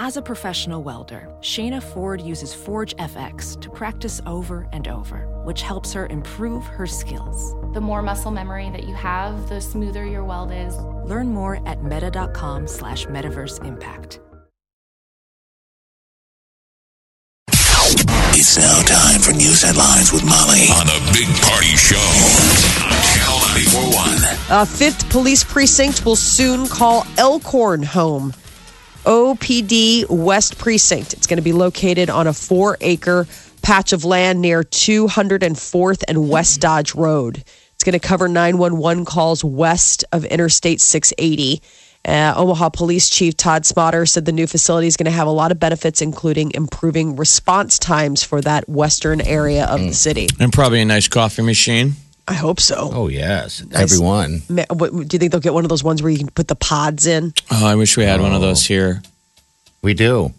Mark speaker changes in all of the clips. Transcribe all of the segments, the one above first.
Speaker 1: As a professional welder, Shayna Ford uses Forge FX to practice over and over, which helps her improve her skills.
Speaker 2: The more muscle memory that you have, the smoother your weld is.
Speaker 1: Learn more at meta.com slash metaverse impact.
Speaker 3: It's now time for news headlines with Molly on the Big Party Show. on Channel 941.
Speaker 4: A Uh, fifth police precinct will soon call Elkhorn home. OPD West Precinct. It's going to be located on a four acre patch of land near 204th and West Dodge Road. It's going to cover 911 calls west of Interstate 680. Uh, Omaha Police Chief Todd Smotter said the new facility is going to have a lot of benefits, including improving response times for that western area of the city.
Speaker 5: And probably a nice coffee machine.
Speaker 4: I hope so.
Speaker 6: Oh yes, everyone.
Speaker 4: Ma- what- Do you think they'll get one of those ones where you can put the pods in?
Speaker 5: Oh, I wish we had one of those here.
Speaker 6: We do.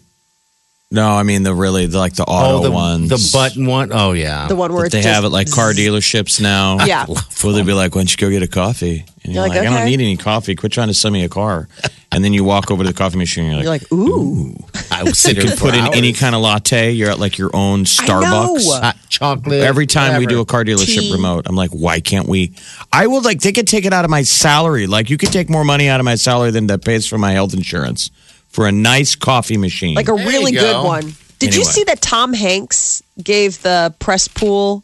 Speaker 5: No, I mean the really the, like the auto
Speaker 6: Oh, the
Speaker 5: ones.
Speaker 6: the button one. Oh yeah.
Speaker 4: The one where
Speaker 5: That
Speaker 4: it's
Speaker 5: they
Speaker 4: just
Speaker 5: have at like car dealerships now.
Speaker 4: Yeah.
Speaker 5: Well, they'd be like, "Why don't you go get a coffee?" And you're,
Speaker 4: You're
Speaker 5: like,
Speaker 4: like,
Speaker 5: "I don't
Speaker 4: okay.
Speaker 5: need any coffee. Quit trying to sell me a car." And then you walk over to the coffee machine. And you're like,
Speaker 4: You're like, ooh,
Speaker 6: I was sitting
Speaker 5: "You can put in any kind of latte. You're at like your own Starbucks."
Speaker 4: know.
Speaker 6: hot chocolate.
Speaker 5: Every time we do a
Speaker 6: whatever.
Speaker 5: car dealership
Speaker 4: Tea.
Speaker 5: remote, I'm like, why can't we? I would like, they could take it out of my salary. Like, you could take more money out of my salary than that pays for my health insurance for a nice coffee machine.
Speaker 4: like a
Speaker 6: There you
Speaker 4: really
Speaker 6: go.
Speaker 4: good one. Did you
Speaker 5: Anyway.
Speaker 4: see that Tom Hanks gave the press pool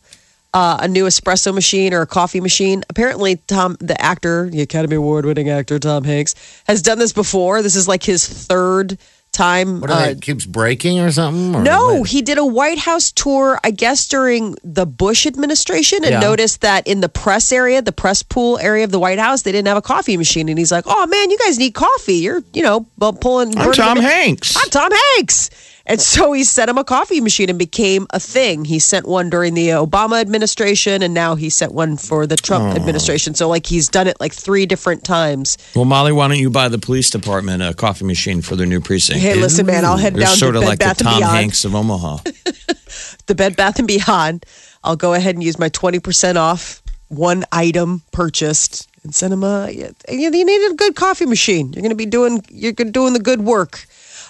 Speaker 4: uh, a new espresso machine or a coffee machine? Apparently, Tom, the actor, the Academy Award winning actor Tom Hanks, has done this before. This is like his third time.
Speaker 6: What are they,
Speaker 4: uh,
Speaker 6: it keeps breaking or something? Or
Speaker 4: no,
Speaker 6: what?
Speaker 4: he did a White House tour, I guess, during the Bush administration, and
Speaker 6: Yeah.
Speaker 4: noticed that in the press area, the press pool area of the White House, they didn't have a coffee machine. And he's like, "Oh man, you guys need coffee. You're, you know, bu- pulling."
Speaker 5: I'm
Speaker 4: burning the
Speaker 5: Tom
Speaker 4: ma-
Speaker 5: Hanks.
Speaker 4: I'm Tom Hanks. And so he sent him a coffee machine and became a thing. He sent one during the Obama administration, and now he sent one for the Trump administration. So like he's done it like three different times.
Speaker 5: well, Molly, why don't you buy the police department a coffee machine for their new precinct?
Speaker 4: Hey, listen, man, I'll head
Speaker 5: You're
Speaker 4: down to
Speaker 5: sort of
Speaker 4: Bed
Speaker 5: like the
Speaker 4: Bath and
Speaker 5: Tom
Speaker 4: Beyond.
Speaker 5: Hanks of Omaha.
Speaker 4: the Bed Bath and Beyond. I'll go ahead and use my twenty percent off one item purchased and send him a. You, you need a good coffee machine. You're going to be doing you're gonna- doing the good work.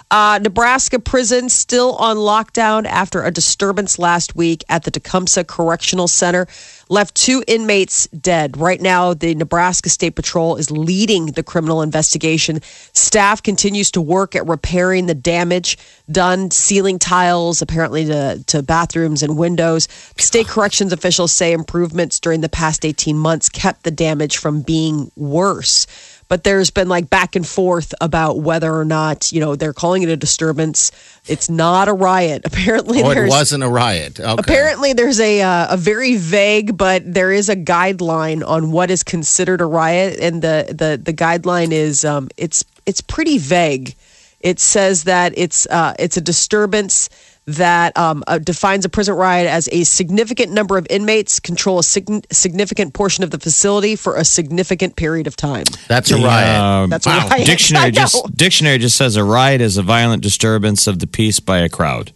Speaker 4: Uh, Nebraska prison still on lockdown after a disturbance last week at the Tecumseh Correctional Center left two inmates dead. Right now, the Nebraska State Patrol is leading the criminal investigation. Staff continues to work at repairing the damage done, sealing tiles, apparently to, to bathrooms and windows. State corrections officials say improvements during the past 18 months kept the damage from being worse. But there's been like back and forth about whether or not, you know, they're calling it a disturbance. It's not a riot. Apparently,
Speaker 6: Oh, it
Speaker 4: there's
Speaker 6: wasn't a riot. Okay.
Speaker 4: Apparently, there's a uh, a very vague, but there is a guideline on what is considered a riot, and the the the guideline is um, it's it's pretty vague. It says that it's uh, it's a disturbance that um, uh, defines a prison riot as a significant number of inmates control a sign significant portion of the facility for a significant period of time.
Speaker 6: that's a riot.
Speaker 5: Um,
Speaker 4: That's a riot. I
Speaker 5: dictionary
Speaker 4: know.
Speaker 5: just dictionary just says a riot is a violent disturbance of the peace by a crowd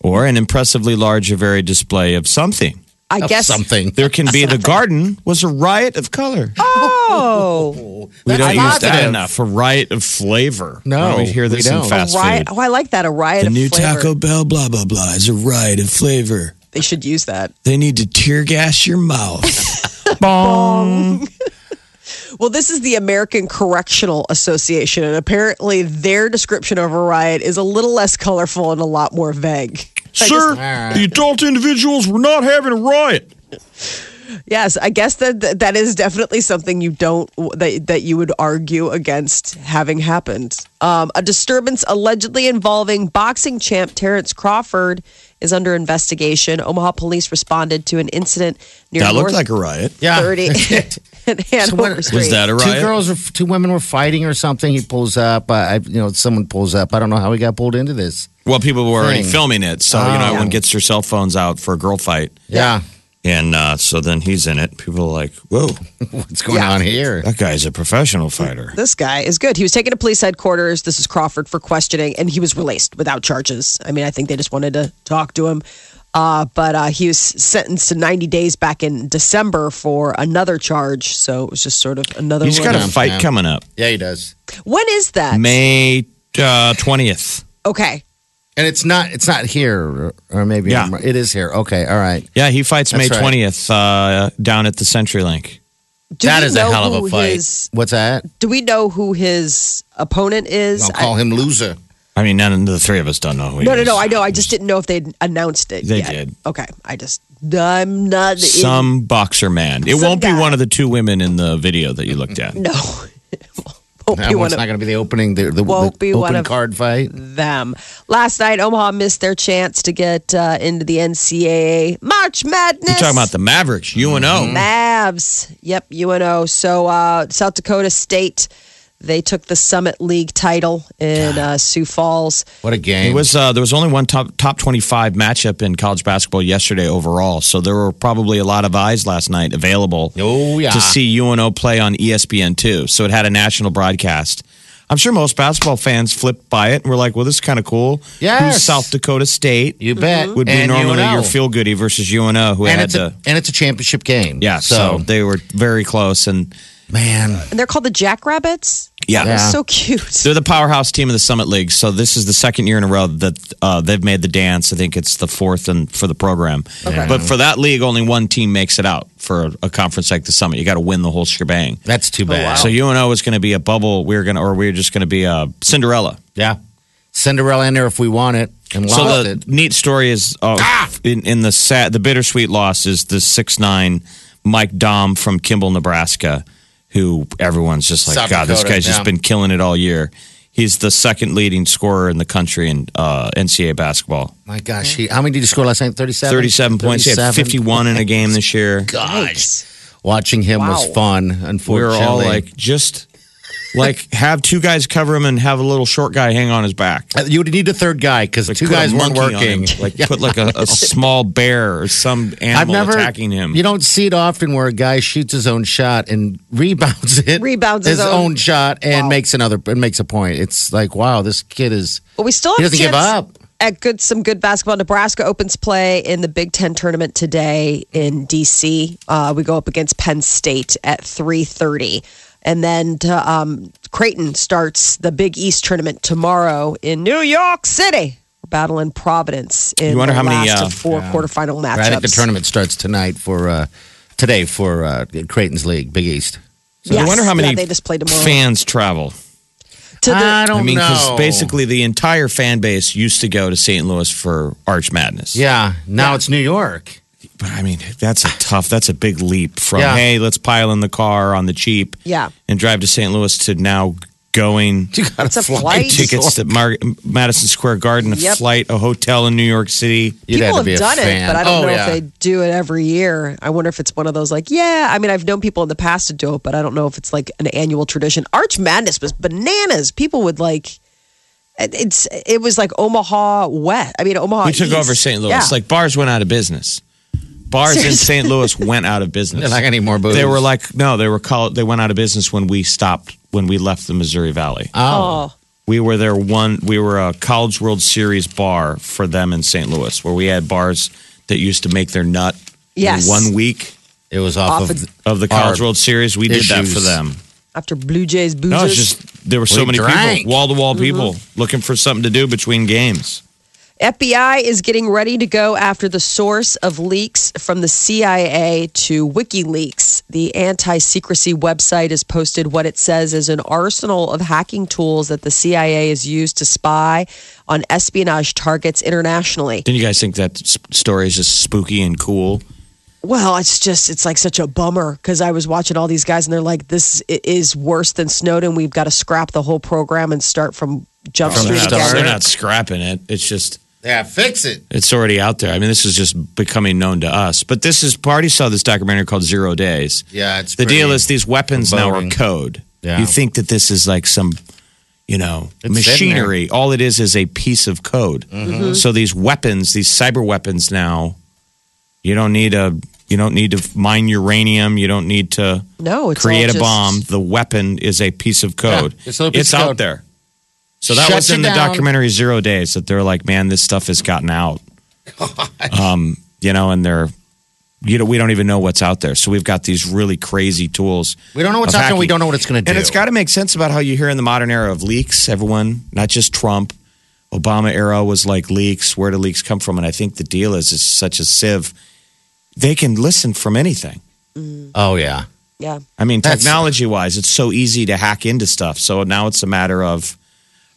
Speaker 5: or an impressively large or varied display of something.
Speaker 4: I
Speaker 6: Of
Speaker 4: guess
Speaker 6: something.
Speaker 5: There can be the garden was a riot of color.
Speaker 4: Oh,
Speaker 5: we don't
Speaker 6: That's
Speaker 5: use that
Speaker 6: positive.
Speaker 5: enough. A riot of flavor.
Speaker 6: No,
Speaker 5: we hear this
Speaker 6: we
Speaker 5: in
Speaker 6: don't.
Speaker 5: fast
Speaker 4: a riot.
Speaker 5: food.
Speaker 4: Oh, I like that. A riot.
Speaker 5: The
Speaker 4: of
Speaker 5: new
Speaker 4: flavor.
Speaker 5: Taco Bell blah blah blah is a riot of flavor.
Speaker 4: They should use that.
Speaker 5: They need to tear gas your mouth. Bong.
Speaker 4: Well, this is the American Correctional Association, and apparently their description of a riot is a little less colorful and a lot more vague.
Speaker 5: Sir, the adult individuals were not having a riot.
Speaker 4: Yes, I guess that that- that is definitely something you don't that that you would argue against having happened. Um, a disturbance allegedly involving boxing champ Terrence Crawford is under investigation. Omaha police responded to an incident near
Speaker 5: That looked
Speaker 4: North
Speaker 5: like a riot.
Speaker 6: yeah.
Speaker 4: 30 and Hanover
Speaker 6: what-
Speaker 4: Street.
Speaker 5: Was that a riot?
Speaker 6: Two girls, or two women were fighting or something. He pulls up. Uh, I, you know, someone pulls up. I don't know how he got pulled into this.
Speaker 5: Well, people were already
Speaker 6: thing.
Speaker 5: filming it, so
Speaker 6: Oh.
Speaker 5: you know everyone gets their cell phones out for a girl fight,
Speaker 6: Yeah,
Speaker 5: and uh, so then he's in it. People are like, "Whoa,
Speaker 6: what's going
Speaker 4: Yeah.
Speaker 6: on here?
Speaker 5: that guy's a professional fighter."
Speaker 4: this guy is good. He was taken to police headquarters. This is Crawford for questioning, and he was released without charges. I mean, I think they just wanted to talk to him. Uh, but uh, he was sentenced to 90 days back in December for another charge. So it was just sort of another.
Speaker 5: He's got
Speaker 4: one.
Speaker 5: a fight coming up
Speaker 6: Yeah, he does.
Speaker 4: when is that?
Speaker 5: May uh, 20th.
Speaker 4: Okay.
Speaker 6: And it's not it's not here, or maybe
Speaker 5: Yeah.
Speaker 6: I'm- it is here. Okay, all right.
Speaker 5: Yeah, he fights
Speaker 6: That's
Speaker 5: May
Speaker 6: right.
Speaker 5: 20th uh, down at the CenturyLink.
Speaker 4: Do
Speaker 5: That
Speaker 4: we
Speaker 5: is a
Speaker 4: know
Speaker 5: hell of a
Speaker 4: who
Speaker 5: fight.
Speaker 4: His,
Speaker 6: What's that?
Speaker 4: do we know who his opponent is?
Speaker 6: I'll call him loser.
Speaker 5: I mean, none of the three of us don't know who
Speaker 4: I-
Speaker 5: he
Speaker 4: no, no,
Speaker 5: is.
Speaker 4: no. I know. I just didn't know if they'd announced it.
Speaker 5: They
Speaker 4: yet.
Speaker 5: did.
Speaker 4: Okay. I just, I'm not.
Speaker 5: Some boxer man. It
Speaker 4: Some
Speaker 5: won't be
Speaker 4: guy.
Speaker 5: one of the two women in the video that you looked at.
Speaker 4: no. Hope
Speaker 6: That
Speaker 4: you
Speaker 6: one's
Speaker 4: want
Speaker 6: not going to be the opening. The, the,
Speaker 4: Won't
Speaker 6: the
Speaker 4: be one
Speaker 6: open
Speaker 4: of-
Speaker 6: card fight.
Speaker 4: them. Last night, Omaha missed their chance to get uh, into the NCAA March Madness. Mm-hmm.
Speaker 5: You're talking about the Mavericks,
Speaker 6: Mm-hmm.
Speaker 5: UNO.
Speaker 4: Mavs. Yep, UNO. So uh, South Dakota State, they took the Summit League title in uh, Sioux Falls.
Speaker 6: What a game!
Speaker 5: It was uh, there was only one top top twenty five matchup in college basketball yesterday overall, so there were probably a lot of eyes last night available.
Speaker 6: Oh, yeah.
Speaker 5: to see UNO play on E ESPN two, so it had a national broadcast. I'm sure most basketball fans flipped by it and were like, "Well, this is kind of cool."
Speaker 6: Yes.
Speaker 5: Who's South Dakota State
Speaker 6: you bet
Speaker 5: Mm-hmm. would be
Speaker 6: And
Speaker 5: normally
Speaker 6: UNO.
Speaker 5: your feel goody versus UNO, who
Speaker 6: and
Speaker 5: had
Speaker 6: it's a
Speaker 5: to.
Speaker 6: and it's a championship game.
Speaker 5: Yeah, so.
Speaker 6: so
Speaker 5: they were very close, and
Speaker 6: man,
Speaker 4: And they're called the Jackrabbits.
Speaker 5: yeah,
Speaker 6: Yeah.
Speaker 4: So cute.
Speaker 5: they're the powerhouse team of the Summit League. So this is the second year in a row that uh, they've made the dance. I think it's the fourth and for the program. But for that league, only one team makes it out for a conference like the Summit. You got to win the whole shebang.
Speaker 6: that's
Speaker 4: Oh,
Speaker 6: too bad.
Speaker 5: So UNO is going to be a bubble. We're going to, or we're just going to be a Cinderella.
Speaker 6: yeah, Cinderella in there if we want it and lost
Speaker 5: So the
Speaker 6: it. Ah!
Speaker 5: neat story is uh, in, in the sad, the bittersweet loss is the six nine Mike Dom from Kimball, Nebraska, who everyone's just like,
Speaker 6: South
Speaker 5: God, this
Speaker 6: Dakota,
Speaker 5: guy's
Speaker 6: yeah.
Speaker 5: just been killing it all year. He's the second leading scorer in the country in uh, NCAA basketball.
Speaker 6: My gosh, he, how many did he score last night? Thirty-seven.
Speaker 5: 37 points. He had 51 in a game this year.
Speaker 6: Gosh, watching him was
Speaker 4: Wow.
Speaker 6: fun.
Speaker 5: We were
Speaker 6: Unfortunately,
Speaker 5: all like, just like have two guys cover him and have a little short guy hang on his back.
Speaker 6: Uh, you would need a third guy because
Speaker 5: Like,
Speaker 6: two
Speaker 5: put a
Speaker 6: guys weren't
Speaker 5: monkey on him.
Speaker 6: working.
Speaker 5: Like put like a, a small bear or some animal attacking him.
Speaker 6: You don't see it often where a guy shoots his own shot and rebounds it,
Speaker 4: Rebounds his
Speaker 6: his,
Speaker 4: own-
Speaker 6: own, shot, and makes another and makes a point. It's like, wow, this kid is.
Speaker 4: But we still
Speaker 6: He
Speaker 4: have a
Speaker 6: doesn't give
Speaker 4: chance
Speaker 6: up.
Speaker 4: At good, some good basketball. Nebraska opens play in the Big Ten tournament today in DC. Uh, we go up against Penn State at three thirty, and then to, um, Creighton starts the Big East tournament tomorrow in New York City. We're battling Providence in
Speaker 5: You wonder
Speaker 4: the
Speaker 5: how many,
Speaker 4: last
Speaker 5: uh,
Speaker 4: of four quarterfinal matchups.
Speaker 6: I think the tournament starts tonight for uh, today for uh, Creighton's league, Big East.
Speaker 5: So I
Speaker 4: Yes.
Speaker 5: wonder how many
Speaker 4: Yeah, they just play tomorrow.
Speaker 5: fans travel.
Speaker 4: to the,
Speaker 6: I
Speaker 5: I
Speaker 6: don't
Speaker 5: mean,
Speaker 6: know.
Speaker 5: basically the entire fan base used to go to St. Louis for Arch Madness.
Speaker 6: yeah. Now it's New York.
Speaker 5: But I mean, that's a tough, that's a big leap from,
Speaker 6: Yeah.
Speaker 5: hey, let's pile in the car on the cheap
Speaker 4: Yeah.
Speaker 5: and drive to St. Louis to now going
Speaker 6: You got
Speaker 4: It's a flight.
Speaker 5: tickets to Mar- Madison Square Garden, a
Speaker 4: Yep.
Speaker 5: flight, a hotel in New York City.
Speaker 6: You'd
Speaker 4: people
Speaker 6: have to be
Speaker 4: have
Speaker 6: a
Speaker 4: done
Speaker 6: fan.
Speaker 4: it, but I don't
Speaker 6: Oh,
Speaker 4: know
Speaker 6: yeah.
Speaker 4: if they do it every year. I wonder if it's one of those like, yeah. I mean, I've known people in the past to do it, but I don't know if it's like an annual tradition. Arch Madness was bananas. People would like, it- it's it was like Omaha West. I mean, Omaha.
Speaker 5: We took
Speaker 4: East.
Speaker 5: over St. Louis.
Speaker 4: Yeah.
Speaker 5: Like bars went out of business. Bars in St. Louis went out of business.
Speaker 6: They're not any more booze.
Speaker 5: They were like, no, they were called, they went out of business when we stopped, when we left the Missouri Valley.
Speaker 6: oh,
Speaker 4: oh,
Speaker 5: We were their one, we were a College World Series bar for them in St. Louis, where we had bars that used to make their nut in
Speaker 4: Yes.
Speaker 5: one week
Speaker 6: it was
Speaker 4: Off
Speaker 6: off, of.
Speaker 4: of-
Speaker 5: of the College
Speaker 6: Our
Speaker 5: World Series. We did that
Speaker 6: issues.
Speaker 5: for them.
Speaker 4: after Blue Jays boozers.
Speaker 5: No, it's just, there were so
Speaker 6: We
Speaker 5: many
Speaker 6: drank.
Speaker 5: people, wall to wall people, looking for something to do between games.
Speaker 4: FBI is getting ready to go after the source of leaks from the CIA to WikiLeaks. The anti secrecy website has posted what it says is an arsenal of hacking tools that the CIA has used to spy on espionage targets internationally.
Speaker 5: Didn't you guys think that s- story is just spooky and cool?
Speaker 4: Well, it's just, it's like such a bummer because I was watching all these guys and they're like, this i- is worse than Snowden. We've got to scrap the whole program and start from jump
Speaker 6: From
Speaker 4: street
Speaker 5: They're not,
Speaker 6: the
Speaker 4: again.
Speaker 6: start.
Speaker 5: they're not scrapping it. It's just
Speaker 6: Yeah, fix it.
Speaker 5: it's already out there. I mean, this is just becoming known to us. But this is party saw this documentary called Zero Days.
Speaker 6: Yeah, it's
Speaker 5: the
Speaker 6: pretty-
Speaker 5: deal is these weapons now are
Speaker 6: foreboding.
Speaker 5: code.
Speaker 6: Yeah.
Speaker 5: You think that this is like some, you know,
Speaker 6: It's sitting there. Mm-hmm.
Speaker 5: machinery. All it is is a piece of code. So these weapons, these cyber weapons now, you don't need a you don't need to mine uranium. You don't need to
Speaker 4: No, it's all
Speaker 5: create a
Speaker 4: just-
Speaker 5: bomb. The weapon is a piece of code.
Speaker 6: Yeah, it's a little piece of
Speaker 5: out
Speaker 6: code.
Speaker 5: there. So that
Speaker 6: Shut
Speaker 5: was
Speaker 6: you
Speaker 5: in the
Speaker 6: down.
Speaker 5: documentary Zero Days that they're like, man, this stuff has gotten out. Um, you know, and they're you know, we don't even know what's out there. So we've got these really crazy tools.
Speaker 6: We don't know what's
Speaker 5: of
Speaker 6: out there. We
Speaker 5: hacking.
Speaker 6: don't know what it's going to do.
Speaker 5: And it's got to make sense about how you hear in the modern era of leaks, everyone, not just Trump. Obama era was like leaks. Where do leaks come from? And I think the deal is it's such a sieve. They can listen from anything.
Speaker 6: Oh yeah.
Speaker 4: Yeah.
Speaker 5: I mean,
Speaker 6: That's-
Speaker 5: technology wise, it's so easy to hack into stuff. So now it's a matter of,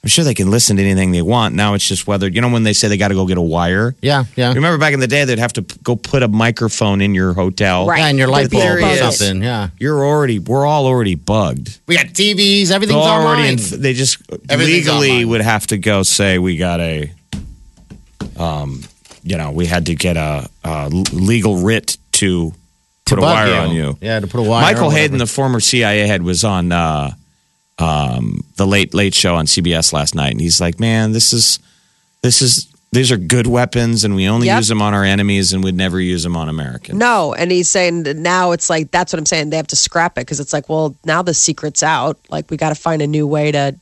Speaker 5: I'm sure they can listen to anything they want. Now it's just whether, you know, when they say they got to go get a wire.
Speaker 6: Yeah, yeah.
Speaker 5: Remember back in the day, they'd have to p- go put a microphone in your hotel.
Speaker 4: Right.
Speaker 6: Yeah, and your light bulb
Speaker 5: There
Speaker 6: or
Speaker 5: is.
Speaker 6: something. Yeah.
Speaker 5: You're already, we're all already bugged.
Speaker 6: We got TVs.
Speaker 5: They're
Speaker 6: Everything's
Speaker 5: already,
Speaker 6: online.
Speaker 5: they just
Speaker 6: Everything's
Speaker 5: legally
Speaker 6: online.
Speaker 5: would have to go say we got a, um, you know, we had to get a, a legal writ to,
Speaker 6: To
Speaker 5: put a
Speaker 6: bug
Speaker 5: wire on you.
Speaker 6: Yeah, to put a wire.
Speaker 5: Michael
Speaker 6: or whatever.
Speaker 5: Hayden, the former CIA head, was on uh, um, the Late Late Show on CBS last night, and he's like, "Man, this is this is these are good weapons, and we only
Speaker 4: Yep.
Speaker 5: use them on our enemies, and we'd never use them on Americans."
Speaker 4: No, and he's saying that now it's like that's what I'm saying. They have to scrap it because it's like, well, now the secret's out. Like we got to find a new way to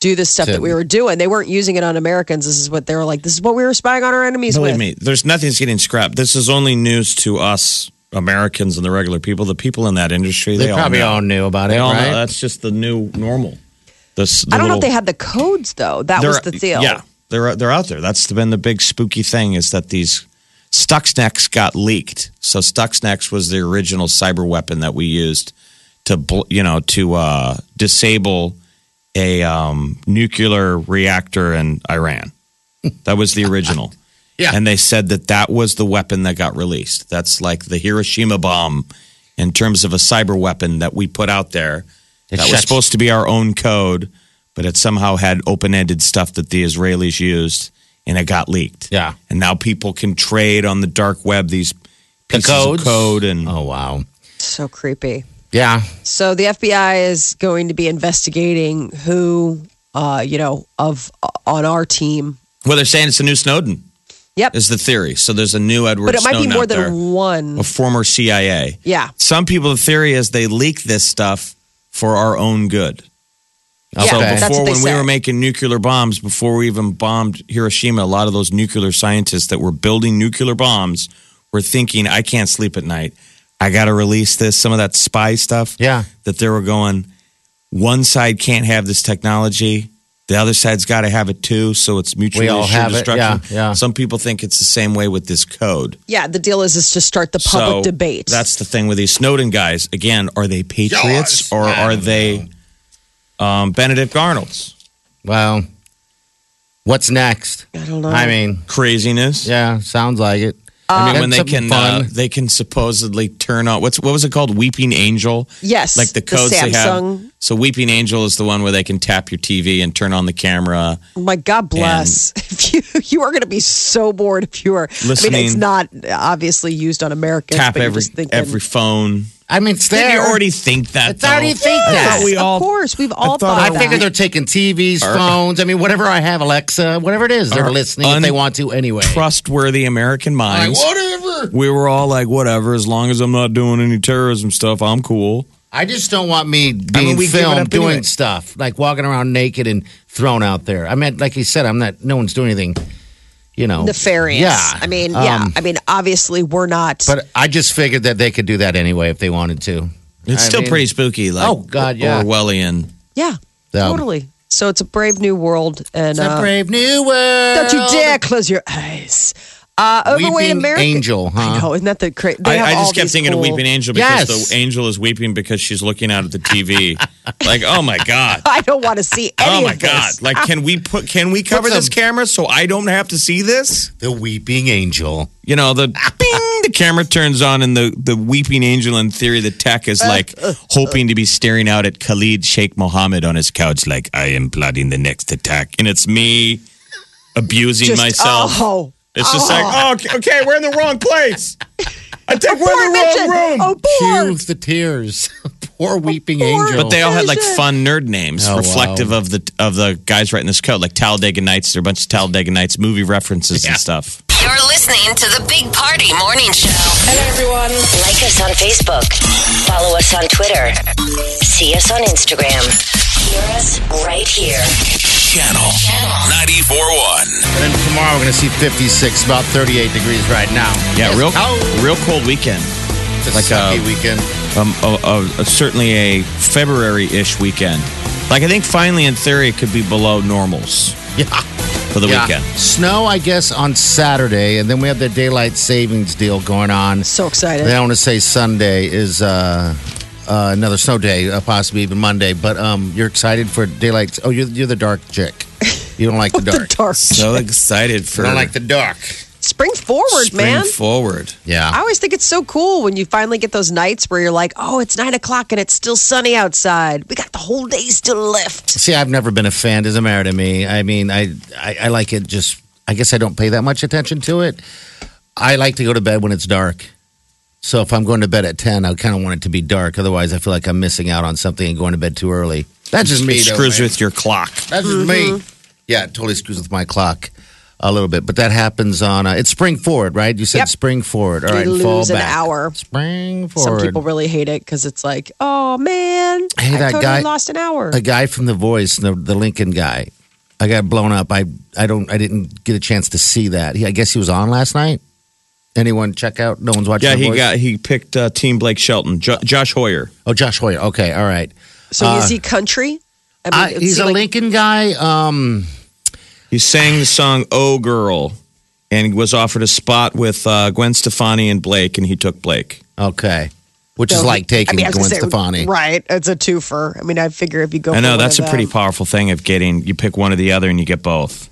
Speaker 4: do the stuff
Speaker 6: To-
Speaker 4: that we were doing. They weren't using it on Americans. This is what they were like. This is what we were spying on our enemies
Speaker 5: Believe
Speaker 4: with.
Speaker 5: me, there's nothing that's getting scrapped. This is only news to us Americans and the regular people. The people in that industry,
Speaker 6: They,
Speaker 5: they,
Speaker 6: probably
Speaker 5: all know.
Speaker 6: all knew about
Speaker 5: They
Speaker 6: it,
Speaker 5: all
Speaker 6: right?
Speaker 5: know. That's just the new normal. This, the
Speaker 4: I don't know
Speaker 5: little-
Speaker 4: if they had the codes though. That was
Speaker 5: They're-
Speaker 4: the deal.
Speaker 5: Yeah, they're they're out there. That's been the big spooky thing is that these Stuxnets got leaked. So Stuxnets was the original cyber weapon that we used to bl- you know to uh, disable a um, nuclear reactor in Iran. That was the original.
Speaker 6: Yeah.
Speaker 5: And they said that that was the weapon that got released. That's like the Hiroshima bomb in terms of a cyber weapon that we put out there
Speaker 6: It
Speaker 5: that was
Speaker 6: shuts-
Speaker 5: supposed to be our own code, but it somehow had open ended stuff that the Israelis used and it got leaked.
Speaker 6: Yeah.
Speaker 5: And now people can trade on the dark web these
Speaker 6: The
Speaker 5: pieces
Speaker 6: codes?
Speaker 5: of code and
Speaker 6: Oh wow.
Speaker 4: So creepy.
Speaker 6: Yeah.
Speaker 4: So the FBI is going to be investigating who, uh, you know, of on our team.
Speaker 5: well they're saying it's the new Snowden
Speaker 4: Yep.
Speaker 5: is the theory. So there's a new Edward
Speaker 4: but it might be
Speaker 5: Snowden
Speaker 4: more
Speaker 5: out
Speaker 4: than
Speaker 5: there,
Speaker 4: one.
Speaker 5: a former CIA.
Speaker 4: Yeah.
Speaker 5: Some people the theory is they leak this stuff for our own good.
Speaker 4: Yeah,
Speaker 5: So
Speaker 6: Okay.
Speaker 4: that's
Speaker 5: before
Speaker 4: what they
Speaker 5: when we
Speaker 4: said.
Speaker 5: were making nuclear bombs, before we even bombed Hiroshima, a lot of those nuclear scientists that were building nuclear bombs were thinking, I can't sleep at night. I got to release this, some of that spy stuff.
Speaker 6: Yeah.
Speaker 5: That they were going, one side can't have this technology. The other side's got to have it too. So it's mutually
Speaker 6: all
Speaker 5: assured
Speaker 6: have it,
Speaker 5: destruction.
Speaker 6: yeah, yeah.
Speaker 5: Some people think it's the same way with this code.
Speaker 4: yeah. The deal is is to start the public
Speaker 5: So
Speaker 4: debate.
Speaker 5: That's the thing with these Snowden guys. Again, are they patriots or are they um, Benedict Arnolds?
Speaker 6: Well, what's next?
Speaker 4: I don't know. Um,
Speaker 6: I mean,
Speaker 5: Craziness.
Speaker 6: yeah, sounds like it.
Speaker 5: I mean, when they
Speaker 6: That's
Speaker 5: can
Speaker 6: something
Speaker 5: uh,
Speaker 6: fun.
Speaker 5: they can supposedly turn on what's what was it called? Weeping Angel.
Speaker 4: Yes,
Speaker 5: like the
Speaker 4: the
Speaker 5: codes they have.
Speaker 4: Samsung.
Speaker 5: So Weeping Angel is the one where they can tap your TV and turn on the camera.
Speaker 4: My God bless. if you you are going to be so bored if you are. I mean, it's
Speaker 5: Listening.
Speaker 4: not obviously used on Americans.
Speaker 5: tap
Speaker 4: but you're
Speaker 5: every
Speaker 4: just thinking,
Speaker 5: every phone.
Speaker 6: I mean, it's
Speaker 5: Didn't you
Speaker 6: there.
Speaker 5: already think that?
Speaker 6: It's already
Speaker 5: though?
Speaker 6: think
Speaker 5: I
Speaker 6: that.
Speaker 5: thought we all.
Speaker 4: of course, we've all
Speaker 5: thought
Speaker 4: thought,
Speaker 5: I
Speaker 6: I
Speaker 4: that.
Speaker 6: figure they're taking TVs, phones. I mean, whatever I have, Alexa, whatever it is, they're
Speaker 5: Our
Speaker 6: listening if they want to anyway.
Speaker 5: Trustworthy American
Speaker 6: Like,
Speaker 5: minds.
Speaker 6: whatever.
Speaker 5: we were all like, whatever. As long as I'm not doing any terrorism stuff, I'm cool.
Speaker 6: I just don't want me being
Speaker 5: we give it
Speaker 6: filmed
Speaker 5: up
Speaker 6: doing
Speaker 5: anyway.
Speaker 6: stuff like walking around naked and thrown out there. I mean, like you said, I'm not. No one's doing anything. You know,
Speaker 4: nefarious.
Speaker 6: Yeah,
Speaker 4: I mean, yeah.
Speaker 6: Um,
Speaker 4: I mean, obviously, we're not.
Speaker 6: but I just figured that they could do that anyway if they wanted to.
Speaker 5: It's
Speaker 6: I
Speaker 5: still
Speaker 6: mean-
Speaker 5: pretty spooky. Like
Speaker 6: Oh, God, yeah.
Speaker 5: Orwellian.
Speaker 4: yeah,
Speaker 6: Um,
Speaker 4: totally. So it's a brave new world, and
Speaker 6: It's a
Speaker 4: uh,
Speaker 6: brave new world.
Speaker 4: don't you dare close your eyes. Uh, overweight
Speaker 6: Weeping
Speaker 4: American.
Speaker 6: angel, huh?
Speaker 4: I know, isn't that the crazy?
Speaker 5: I, I just kept thinking of Weeping Angel because
Speaker 6: Yes.
Speaker 5: the angel is weeping because she's looking out at the TV. like, oh my God.
Speaker 4: I don't want to see any
Speaker 5: Oh my
Speaker 4: of this.
Speaker 5: God. Like, can we put, can we cover
Speaker 6: Put
Speaker 5: this camera so I don't have to see this?
Speaker 6: The weeping angel.
Speaker 5: You know, the bing, the camera turns on and the, the weeping angel in theory, the tech is like hoping to be staring out at Khalid Sheikh Mohammed on his couch, like, I am plotting the next attack. And it's me abusing
Speaker 4: Just,
Speaker 5: myself.
Speaker 4: Oh,
Speaker 5: It's just like, oh, okay, okay, we're in the wrong place. I think we're in
Speaker 4: Abortion!
Speaker 5: the wrong room.
Speaker 4: Abort!
Speaker 6: Choose the tears. Poor weeping angel.
Speaker 5: But they all had like fun nerd names,
Speaker 6: Oh,
Speaker 5: reflective of the of the guys writing this code, like Talladega Nights. There are a bunch of Talladega Nights movie references and stuff.
Speaker 7: You're listening to the Big Party Morning Show. Hello, everyone. Like us on Facebook. Follow us on Twitter. See us on Instagram. Hear us right here.
Speaker 3: Channel 941.
Speaker 6: And then tomorrow. We're going to see 56, about 38 degrees right now.
Speaker 5: Yeah, real
Speaker 6: cold.
Speaker 5: real cold weekend.
Speaker 6: It's a
Speaker 5: like,
Speaker 6: sucky
Speaker 5: uh,
Speaker 6: weekend.
Speaker 5: Um, a, a, a, certainly a February-ish weekend. Like I think finally in theory it could be below normals
Speaker 6: Yeah.
Speaker 5: for the weekend.
Speaker 6: Snow, I guess, on Saturday, and then we have the daylight savings deal going on.
Speaker 4: So excited.
Speaker 6: Then I want to say Sunday is uh, uh, another snow day, uh, possibly even Monday. But um, you're excited for daylight. Oh, you're, you're the dark chick. You don't like the dark.
Speaker 4: The dark.
Speaker 8: So excited for
Speaker 6: You don't like the dark.
Speaker 4: Spring forward,
Speaker 8: spring
Speaker 4: man.
Speaker 8: forward.
Speaker 4: I
Speaker 6: Yeah.
Speaker 4: always think it's so cool when you finally get those nights where you're like, oh, it's nine o'clock and it's still sunny outside. We got the whole day still left.
Speaker 6: See, I've never been a fan. Doesn't matter to me. I mean, I, I I like it. Just I guess I don't pay that much attention to it. I like to go to bed when it's dark. So if I'm going to bed at ten, I kind of want it to be dark. Otherwise, I feel like I'm missing out on something and going to bed too early. That's just me.
Speaker 5: It
Speaker 6: though,
Speaker 5: screws
Speaker 6: man.
Speaker 5: with your clock.
Speaker 6: That's just me.
Speaker 4: Mm-hmm.
Speaker 6: Yeah, it totally screws with my clock a little bit. But that happens on, uh, it's spring forward, right? You said
Speaker 4: Yep.
Speaker 6: spring forward. All
Speaker 4: You
Speaker 6: right, and fall
Speaker 4: lose an
Speaker 6: back.
Speaker 4: hour. Some
Speaker 6: Spring forward.
Speaker 4: people really hate it because it's like, oh, man,
Speaker 6: I hate
Speaker 4: I
Speaker 6: that
Speaker 4: totally
Speaker 6: guy.
Speaker 4: lost an hour.
Speaker 6: a guy from The Voice, the, the Lincoln guy. I got blown up. I I don't. I didn't get a chance to see that. He, I guess he was on last night. Anyone check out? No one's watching.
Speaker 5: Yeah,
Speaker 6: The
Speaker 5: he
Speaker 6: Voice?
Speaker 5: got he picked uh, Team Blake Shelton, jo- Josh Hoyer.
Speaker 6: Oh, Josh Hoyer. Okay, all right.
Speaker 4: so is he country? I mean,
Speaker 6: uh, I,
Speaker 4: it would
Speaker 6: he's
Speaker 4: seem
Speaker 6: a
Speaker 4: like-
Speaker 6: Lincoln guy. Um,
Speaker 5: He sang the song "Oh Girl" and was offered a spot with uh, Gwen Stefani and Blake, and he took Blake.
Speaker 6: okay, which
Speaker 4: so
Speaker 6: is
Speaker 4: he-
Speaker 6: like taking
Speaker 4: I mean, I was
Speaker 6: Gwen
Speaker 4: gonna say,
Speaker 6: Stefani.
Speaker 4: Right. It's a twofer. I mean, I figure if you go
Speaker 5: I
Speaker 4: for
Speaker 5: know
Speaker 4: one
Speaker 5: that's a
Speaker 4: of
Speaker 5: pretty
Speaker 4: them,
Speaker 5: powerful thing of getting you pick one or the other and you get both.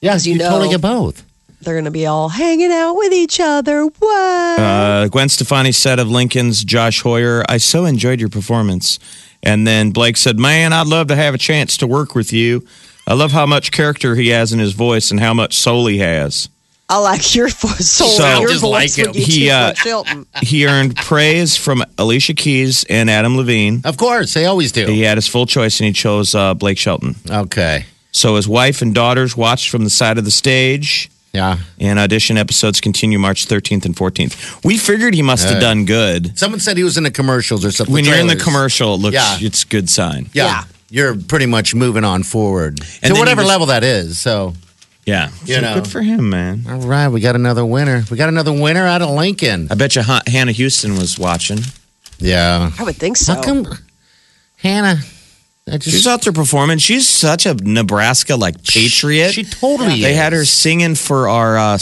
Speaker 6: Yeah,
Speaker 4: As you
Speaker 6: totally
Speaker 4: know-
Speaker 6: get both.
Speaker 4: they're going to be all hanging out with each other. What?
Speaker 5: Uh, Gwen Stefani said of Lincoln's Josh Hoyer, "I so enjoyed your performance," and then Blake said, "Man, I'd love to have a chance to work with you. I love how much character he has in his voice and how much soul he has."
Speaker 4: I like your voice. So,
Speaker 5: So-
Speaker 4: your
Speaker 5: Just
Speaker 4: voice
Speaker 6: like
Speaker 4: when
Speaker 6: him.
Speaker 4: you
Speaker 5: He,
Speaker 4: choose
Speaker 5: uh,
Speaker 4: Blake Shelton.
Speaker 5: He earned praise from Alicia Keys and Adam Levine.
Speaker 6: Of course, they always do.
Speaker 5: He had his full choice and he chose uh, Blake Shelton.
Speaker 6: Okay.
Speaker 5: So his wife and daughters watched from the side of the stage.
Speaker 6: Yeah.
Speaker 5: And audition episodes continue March 13th and 14th. We figured he must have done good.
Speaker 6: Someone said he was in the commercials or something.
Speaker 5: When you're in the
Speaker 6: Trailers.
Speaker 5: commercial, it looks
Speaker 6: Yeah.
Speaker 5: it's a good sign.
Speaker 6: yeah,
Speaker 4: Yeah.
Speaker 6: you're pretty much moving on
Speaker 5: And
Speaker 6: forward
Speaker 5: then
Speaker 6: to
Speaker 5: he
Speaker 6: whatever
Speaker 5: was-
Speaker 6: level that is. So,
Speaker 5: Yeah,
Speaker 6: You
Speaker 5: So
Speaker 6: know.
Speaker 5: good for him, man.
Speaker 6: all right, we got another winner. We got another winner out of Lincoln.
Speaker 5: I bet you Han- Hannah Houston was watching.
Speaker 6: Yeah,
Speaker 4: I would think so.
Speaker 6: how come Hannah? I just
Speaker 5: She's out there performing. She's such a Nebraska like patriot.
Speaker 6: She totally.
Speaker 5: they
Speaker 6: is.
Speaker 5: had her singing for our uh,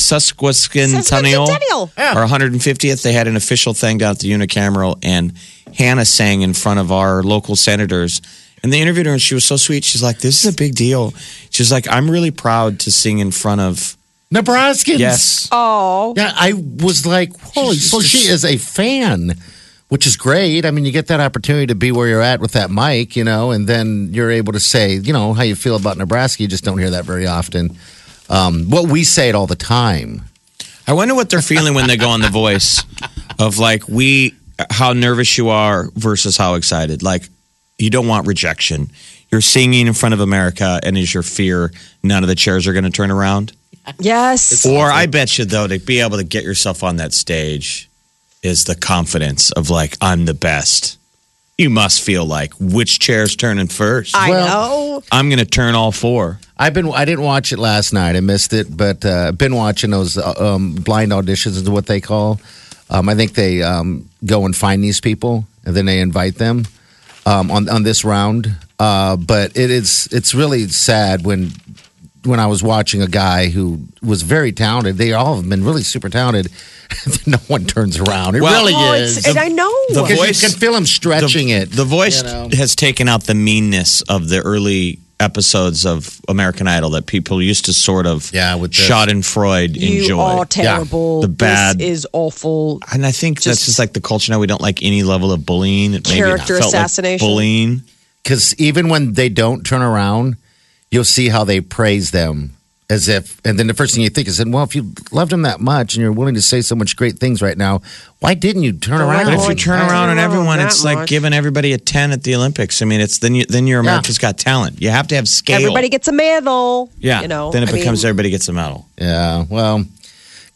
Speaker 5: Susquecentennial,
Speaker 4: Susquecentennial.
Speaker 5: our 150th. They had an official thing down at the Unicameral, and Hannah sang in front of our local senators. And they interviewed her, and she was so sweet. She's like, "This is a big deal." She's like, "I'm really proud to sing in front of
Speaker 6: Nebraskans.
Speaker 5: yes."
Speaker 4: Oh,
Speaker 6: Yeah, I was like, holy. So she is a fan, which is great. I mean, you get that opportunity to be where you're at with that mic, you know, and then you're able to say, you know, how you feel about Nebraska. You just don't hear that very often. Um, well, we say it all the time.
Speaker 5: I wonder what they're feeling when they go on The Voice of like we how nervous you are versus how excited. Like you don't want rejection. You're singing in front of America, and is your fear none of the chairs are going to turn around?
Speaker 4: yes.
Speaker 5: Or I bet you though to be able to get yourself on that stage is the confidence of like I'm the best. You must feel like which chair's turning first.
Speaker 4: I
Speaker 6: Well-
Speaker 4: know.
Speaker 5: I'm going to turn all four.
Speaker 6: I've been I didn't watch it last night. I missed it, but uh, been watching those uh, um, blind auditions is what they call. Um, I think they um, go and find these people and then they invite them um, on on this round. Uh, but it is it's really sad when when I was watching a guy who was very talented. They all have been really super talented. no one turns around. It
Speaker 5: Well-
Speaker 6: really
Speaker 4: Oh,
Speaker 6: is.
Speaker 4: it's, and I know.
Speaker 5: the
Speaker 6: Because
Speaker 5: voice-
Speaker 6: you can feel him
Speaker 5: The-
Speaker 6: stretching it.
Speaker 5: The voice
Speaker 6: you know.
Speaker 5: has taken out the meanness of the early episodes of American Idol that people used to sort of
Speaker 6: Yeah, with this.
Speaker 5: Schadenfreude
Speaker 4: you
Speaker 5: enjoy.
Speaker 4: are terrible.
Speaker 5: The bad-
Speaker 4: This is awful.
Speaker 5: and I think that's
Speaker 4: Just-
Speaker 5: just like the culture now. We don't like any level of bullying. It maybe
Speaker 4: Character
Speaker 5: felt like
Speaker 4: assassination.
Speaker 5: bullying.
Speaker 6: because even when they don't turn around, you'll see how they praise them as if. And then the first thing you think is, well, if you loved them that much and you're willing to say so much great things right now, why didn't you turn
Speaker 4: Well, why
Speaker 6: around?
Speaker 5: But
Speaker 4: don't
Speaker 5: if you
Speaker 4: like
Speaker 5: turn
Speaker 4: that.
Speaker 5: around on
Speaker 4: I don't
Speaker 5: everyone,
Speaker 4: like
Speaker 5: it's
Speaker 4: that
Speaker 5: like
Speaker 4: much.
Speaker 5: giving everybody a ten at the Olympics. I mean, it's then you then you're America's Got Talent. You have to have scale.
Speaker 4: Everybody gets a medal.
Speaker 5: yeah.
Speaker 4: You know.
Speaker 5: then it
Speaker 4: I
Speaker 5: becomes
Speaker 4: mean,
Speaker 5: everybody gets a medal.
Speaker 6: yeah, well,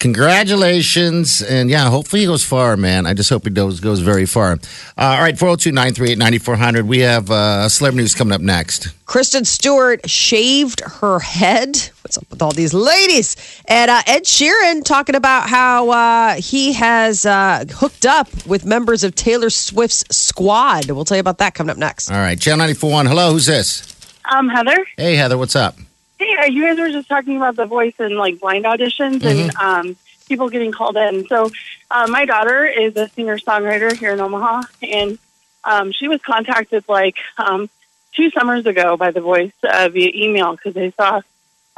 Speaker 6: Congratulations. And yeah, hopefully he goes far, man. I just hope he goes, goes very far. Uh, all right, 402 938 9400. We have uh, celebrity news coming up next.
Speaker 4: Kristen Stewart shaved her head. What's up with all these ladies? And uh, Ed Sheeran talking about how uh, he has uh, hooked up with members of Taylor Swift's squad. We'll tell you about that coming up next.
Speaker 8: Uh,
Speaker 6: All right, Channel 941. Hello, who's this?
Speaker 8: Um, Heather.
Speaker 6: Hey, Heather, what's up?
Speaker 8: Hey, uh, you guys were just talking about the voice and like blind auditions and um, people getting called in. So, uh, my daughter is a singer songwriter here in Omaha, and um, she was contacted like um, two summers ago by the voice uh, via email because they saw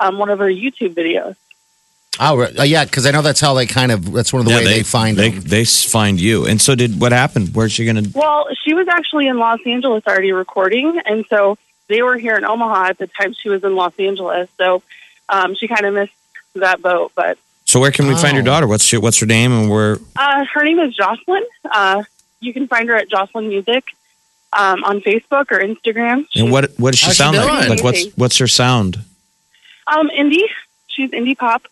Speaker 8: um, one of her YouTube videos.
Speaker 6: Oh, re- uh, yeah, because I know that's how they kind of, that's one of the ways they, find
Speaker 5: they,
Speaker 6: them.
Speaker 5: they s- find you. And so did what happened? Where's she gonna?
Speaker 8: Well, she was actually in Los Angeles already recording, and so they were here in Omaha at the time she was in Los Angeles. So um, she kind of missed that boat, but
Speaker 5: So where can we find your
Speaker 6: Oh.
Speaker 5: daughter? What's she, what's her name and where?
Speaker 8: Uh, her name is Jocelyn. Uh, you can find her at Jocelyn Music um, on Facebook or Instagram.
Speaker 5: And what what does she
Speaker 6: How's she
Speaker 5: sound like?
Speaker 6: doing?
Speaker 5: Like what's what's her sound?
Speaker 8: Um, indie. She's indie pop.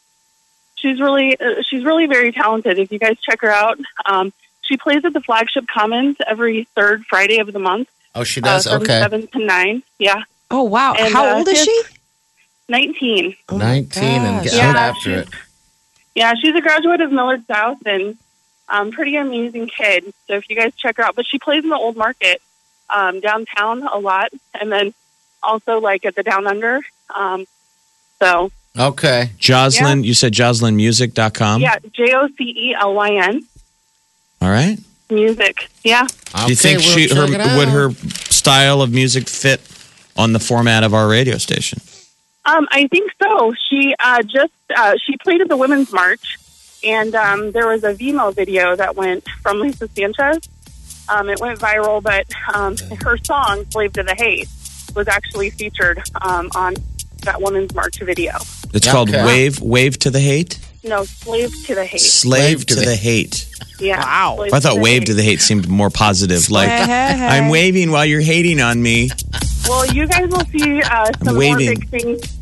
Speaker 8: She's really uh, she's really very talented. If you guys check her out, um, she plays at the flagship Commons every third Friday of the month.
Speaker 6: Oh, she does?
Speaker 8: uh, from
Speaker 6: okay.
Speaker 8: seven to nine. Yeah,
Speaker 4: Oh, wow.
Speaker 8: And,
Speaker 4: how
Speaker 8: uh,
Speaker 4: old is
Speaker 8: his-
Speaker 4: she?
Speaker 8: nineteen.
Speaker 6: 19 and
Speaker 4: gosh.
Speaker 6: get
Speaker 8: Yeah,
Speaker 6: out after
Speaker 8: she's-
Speaker 6: it.
Speaker 8: Yeah, she's a graduate of Millard South and um, pretty amazing kid. So if you guys check her out, but she plays in the old market um, downtown a lot, and then also like at the Down Under. Um, so
Speaker 6: Okay.
Speaker 5: Jocelyn, you said jocelynmusic.com.
Speaker 8: yeah, J O C E L Y N
Speaker 5: All right.
Speaker 8: music. Yeah,
Speaker 5: Do you think she her would her style of music fit on the format of our radio station?
Speaker 8: um, I think so. She uh, just uh, she played at the Women's March, and um, there was a Vimeo video that went from Lisa Sanchez. Um, it went viral, but um, her song "Slave to the Hate" was actually featured um, on that Women's March video.
Speaker 5: It's
Speaker 6: Yeah,
Speaker 5: called
Speaker 6: okay.
Speaker 5: Wave Wave to the Hate.
Speaker 8: No, "Slave to the Hate."
Speaker 5: Slave to the Hate.
Speaker 8: Yeah. Wow.
Speaker 5: I thought Wave to the Hate seemed more positive. Like I'm waving while you're hating on me.
Speaker 8: Well, you guys will see uh, some more
Speaker 5: waiting.
Speaker 8: big things.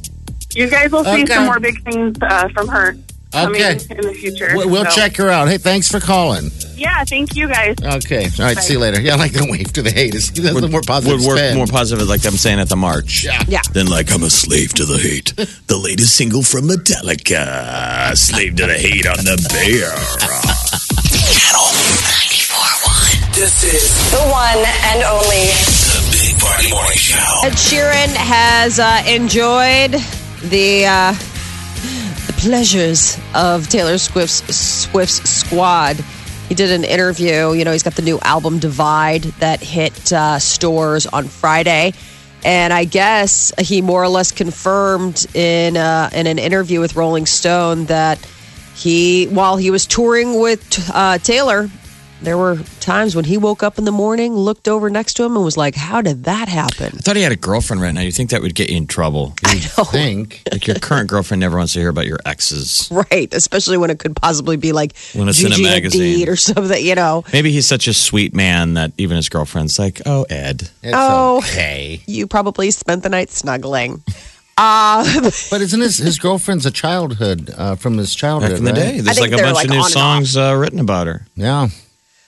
Speaker 8: You guys will see
Speaker 6: Okay.
Speaker 8: some more big things uh, from her. coming
Speaker 6: Okay.
Speaker 8: in the future.
Speaker 6: We'll, we'll
Speaker 8: So,
Speaker 6: check her out. Hey, thanks for calling.
Speaker 8: Yeah, thank you guys.
Speaker 6: Okay. All right. See you later. Yeah, I like the wave to the hate. It's, that's the more positive
Speaker 5: Would work
Speaker 6: spin.
Speaker 5: more positive, like I'm saying at the march.
Speaker 4: Yeah.
Speaker 5: Than like
Speaker 3: I'm a slave to the hate. The latest single from Metallica. Slave to the hate on the bear.
Speaker 7: Channel 941.
Speaker 3: This is
Speaker 7: The one and only.
Speaker 3: the Big Party Morning Show.
Speaker 4: Ed Sheeran has uh, enjoyed the uh, the pleasures of Taylor Swift's Swift's squad. He did an interview. You know, he's got the new album "Divide" that hit uh, stores on Friday, and I guess he more or less confirmed in uh, in an interview with Rolling Stone that he, while he was touring with uh, Taylor. There were times when he woke up in the morning, looked over next to him, and was like, "How did that happen?"
Speaker 5: I thought he had a girlfriend right now. You think that would get you in trouble?
Speaker 6: Think.
Speaker 5: Like your current girlfriend never wants to hear about your exes.
Speaker 4: Right, especially when it could possibly be like
Speaker 5: When it's in a
Speaker 4: Gigi
Speaker 5: magazine.
Speaker 4: Hadid or something, you know.
Speaker 5: Maybe he's such a sweet man that even his girlfriend's like, "Oh, Ed."
Speaker 6: It's
Speaker 4: Oh.
Speaker 6: okay.
Speaker 4: You probably spent the night snuggling. Um,
Speaker 6: But isn't his, his girlfriend's a childhood uh, from his childhood?
Speaker 5: Back in the
Speaker 6: right?
Speaker 5: day, there's
Speaker 4: think
Speaker 5: like a
Speaker 4: they're,
Speaker 5: bunch
Speaker 4: like,
Speaker 5: of new
Speaker 4: on and
Speaker 5: songs uh, written about her.
Speaker 6: Yeah.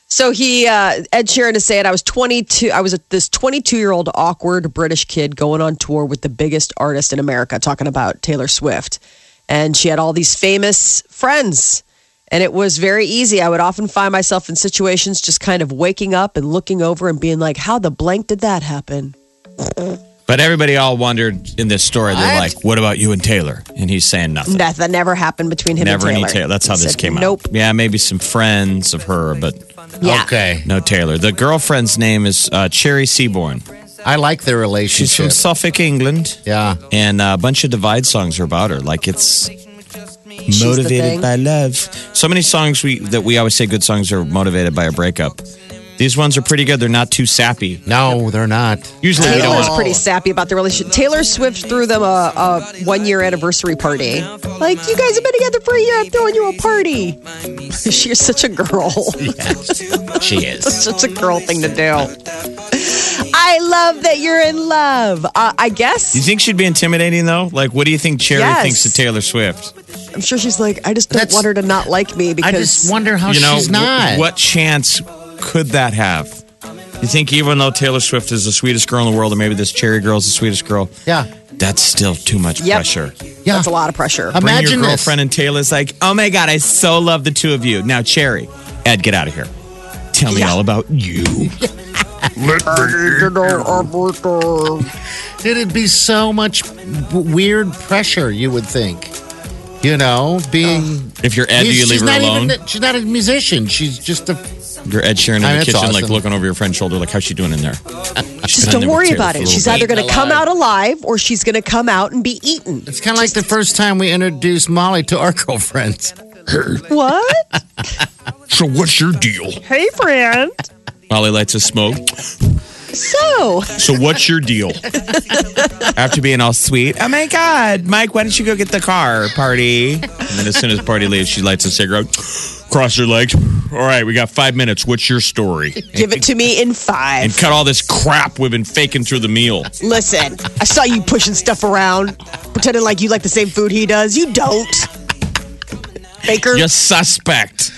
Speaker 4: So he, uh, Ed Sheeran is saying, I was 22, I was a, this 22 year old awkward British kid going on tour with the biggest artist in America, talking about Taylor Swift. And she had all these famous friends. And it was very easy. I would often find myself in situations just kind of waking up and looking over and being like, how the blank did that happen?
Speaker 5: But everybody all wondered in this story. They're
Speaker 6: What?
Speaker 5: like, "What about you and Taylor?" And he's saying nothing.
Speaker 4: That, that never happened between him
Speaker 5: Never
Speaker 4: and
Speaker 5: any
Speaker 4: Taylor.
Speaker 5: Taylor. That's how
Speaker 4: He
Speaker 5: this
Speaker 4: said,
Speaker 5: came out.
Speaker 4: Nope.
Speaker 5: Yeah, maybe some friends of her, but
Speaker 4: Yeah.
Speaker 6: Okay.
Speaker 5: no Taylor. The girlfriend's name is uh, Cherry Seaborn.
Speaker 6: I like their
Speaker 5: She's
Speaker 6: relationship.
Speaker 5: from Suffolk, England.
Speaker 6: yeah.
Speaker 5: and uh, a bunch of divide songs are about her. Like it's
Speaker 4: the
Speaker 5: motivated
Speaker 4: thing.
Speaker 5: by love. So many songs we that we always say good songs are motivated by a breakup. These ones are pretty good. They're not too sappy.
Speaker 6: No, they're not.
Speaker 5: Usually we don't
Speaker 4: Taylor's
Speaker 5: want
Speaker 4: pretty sappy about the relationship. Taylor Swift threw them a, a one year anniversary party. Like, you guys have been together for a year. I'm throwing you a party. She's such a girl.
Speaker 6: She is.
Speaker 4: such a girl thing to do. I I love that you're in love. Uh, I guess.
Speaker 5: You think she'd be intimidating though? Like, what do you think Cherry
Speaker 4: Yes.
Speaker 5: thinks of Taylor Swift?
Speaker 4: I'm sure she's like, I just don't
Speaker 6: That's-
Speaker 4: want her to not like me because
Speaker 6: I just wonder how
Speaker 5: you know,
Speaker 6: she's
Speaker 5: wh-
Speaker 6: not.
Speaker 5: what chance could that have? You think even though Taylor Swift is the sweetest girl in the world, or maybe this Cherry girl is the sweetest girl?
Speaker 6: Yeah.
Speaker 5: That's still too much
Speaker 4: Yep.
Speaker 5: pressure.
Speaker 6: Yeah.
Speaker 4: that's a lot of pressure.
Speaker 6: Um,
Speaker 5: Bring
Speaker 6: Imagine
Speaker 5: your
Speaker 6: this.
Speaker 5: girlfriend and Taylor's like, oh my God, I so love the two of you. Now, Cherry, Ed, get out of here. Tell me all about you.
Speaker 6: It'd be so much w- weird pressure, you would think. You know, being.
Speaker 5: If you're Ed, do you
Speaker 6: she's
Speaker 5: leave her
Speaker 6: not
Speaker 5: alone?
Speaker 6: Even, she's not a musician. She's just a.
Speaker 5: You're Ed Sheeran in
Speaker 6: I mean,
Speaker 5: the
Speaker 6: that's
Speaker 5: kitchen, like
Speaker 6: awesome.
Speaker 5: looking over your friend's shoulder, like, how's she doing in there? She's
Speaker 4: just
Speaker 5: been in
Speaker 4: don't
Speaker 5: there with
Speaker 4: worry
Speaker 5: Taylor
Speaker 4: about
Speaker 5: for a
Speaker 4: it.
Speaker 5: little
Speaker 4: She's
Speaker 5: bit.
Speaker 4: either going to come out alive or she's going to come out and be eaten.
Speaker 6: It's kind of like the first time we introduced Molly to our girlfriends.
Speaker 4: What?
Speaker 5: So, what's your deal?
Speaker 4: hey, friend.
Speaker 5: Molly lights a smoke.
Speaker 4: So,
Speaker 5: So, what's your deal? After being all sweet, oh my God, Mike, why don't you go get the car, party? And then as soon as party leaves, she lights a cigarette, cross her legs. All right, we got five minutes. What's your story?
Speaker 4: give it to me in
Speaker 5: and
Speaker 4: five.
Speaker 5: cut all this crap we've been faking through the meal.
Speaker 4: Listen, I saw you pushing stuff around, pretending like you like the same food he does. You don't. Baker,
Speaker 5: You suspect.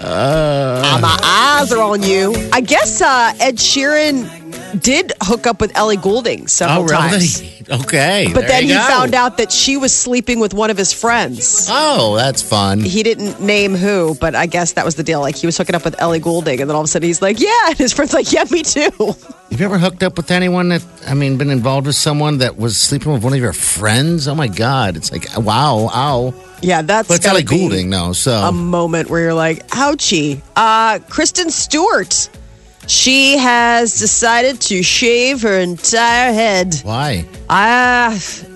Speaker 4: my eyes are on you. I guess uh, Ed Sheeran did hook up with Ellie Goulding several times.
Speaker 6: Okay.
Speaker 4: Oh, But
Speaker 6: Oh, there
Speaker 4: then
Speaker 6: you
Speaker 4: he
Speaker 6: go.
Speaker 4: found out that she was sleeping with one of his friends.
Speaker 6: Oh, that's fun.
Speaker 4: He didn't name who, but I guess that was the deal. Like he was hooking up with Ellie Goulding, and then all of a sudden he's like, "Yeah," and his friend's like, "Yeah, me too."
Speaker 6: Have you ever hooked up with anyone that, I mean, been involved with someone that was sleeping with one of your friends? Oh my God. It's like, wow, ow.
Speaker 4: Yeah, that's
Speaker 6: But it's
Speaker 4: gotta
Speaker 6: Ellie
Speaker 4: be
Speaker 6: Goulding, no. So,
Speaker 4: A moment where you're like, "Ouchie." Uh, Kristen Stewart, she has decided to shave her entire head.
Speaker 6: why?
Speaker 4: Ah.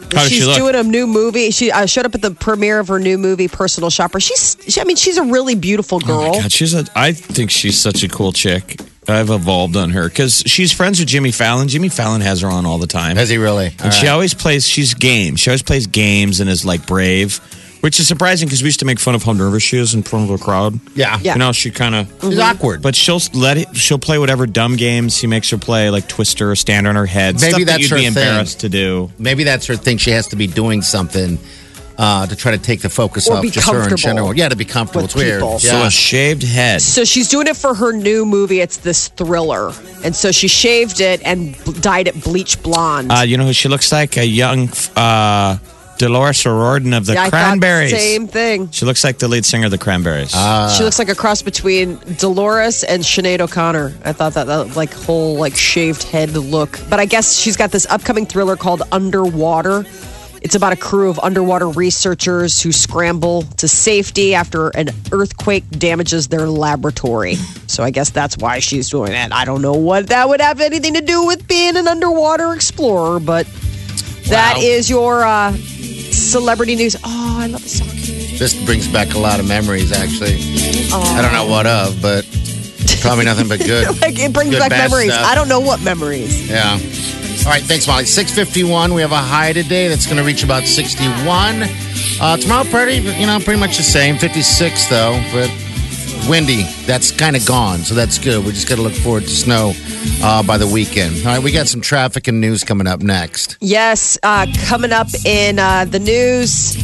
Speaker 5: does she
Speaker 4: she's
Speaker 5: look?
Speaker 4: doing a new movie. She I showed up at the premiere of her new movie, Personal Shopper. She's, she, I mean, she's a really beautiful girl.
Speaker 5: Oh God, she's a. I think she's such a cool chick. I've evolved on her because she's friends with Jimmy Fallon. Jimmy Fallon has her on all the time.
Speaker 6: Has he really?
Speaker 5: and she always plays. She's game. She always plays games and is like brave, which is surprising because we used to make fun of how nervous she is in front of a crowd.
Speaker 6: Yeah.
Speaker 4: Yeah.
Speaker 5: You know, she kind of
Speaker 6: It's awkward.
Speaker 5: But she'll let it. She'll play whatever dumb games he makes her play, like Twister, stand on her head.
Speaker 6: Maybe
Speaker 5: stuff that
Speaker 6: that's
Speaker 5: you'd
Speaker 6: her
Speaker 5: be
Speaker 6: thing.
Speaker 5: embarrassed to do.
Speaker 6: Maybe that's her thing. She has to be doing something uh, to try to take the focus
Speaker 4: Or
Speaker 6: off
Speaker 4: be
Speaker 6: just her in
Speaker 4: comfortable
Speaker 6: general. Yeah, to be comfortable.
Speaker 4: with
Speaker 6: It's weird.
Speaker 4: people.
Speaker 5: So
Speaker 6: Yeah.
Speaker 5: a shaved head.
Speaker 4: So she's doing it for her new movie. It's this thriller, and so she shaved it and b- dyed it bleach blonde.
Speaker 5: Uh, you know who she looks like? A young uh, Dolores O'Riordan of the
Speaker 4: Yeah, I thought the
Speaker 5: Cranberries.
Speaker 4: Same thing.
Speaker 5: She looks like the lead singer of the Cranberries.
Speaker 6: Uh,
Speaker 4: she looks like a cross between Dolores and Sinead O'Connor. I thought that, that like whole like shaved head look. But I guess she's got this upcoming thriller called Underwater. It's about a crew of underwater researchers who scramble to safety after an earthquake damages their laboratory. So I guess that's why she's doing that. I don't know what that would have anything to do with being an underwater explorer, but that
Speaker 6: Wow.
Speaker 4: is your uh, celebrity news. Oh, I love this song.
Speaker 6: This brings back a lot of memories, actually. I don't know what of, but probably nothing but good.
Speaker 4: Like it brings
Speaker 6: Good,
Speaker 4: back
Speaker 6: bad
Speaker 4: memories.
Speaker 6: stuff.
Speaker 4: I don't know what memories.
Speaker 6: Yeah. All right, thanks, Molly. 651, we have a high today that's going to reach about 61. Uh, tomorrow, pretty, you know, pretty much the same. 56, though, but windy. That's kind of gone, so that's good. We just got to look forward to snow uh, by the weekend. All right, we got some traffic and news coming up next.
Speaker 4: Yes, uh, coming up in uh, the news,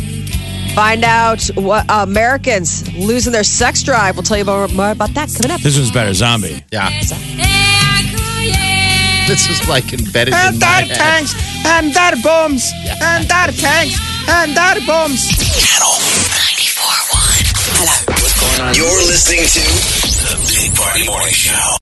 Speaker 4: find out what uh, Americans losing their sex drive. We'll tell you more, more about that coming up.
Speaker 5: this was better, zombie.
Speaker 6: Yeah. This is like embedded in
Speaker 5: And
Speaker 6: my
Speaker 5: that
Speaker 6: head.
Speaker 5: tanks, and that bombs, and that tanks, and that bombs.
Speaker 3: Channel 941. Hello. What's going on? You're listening to The Big Party Morning Show.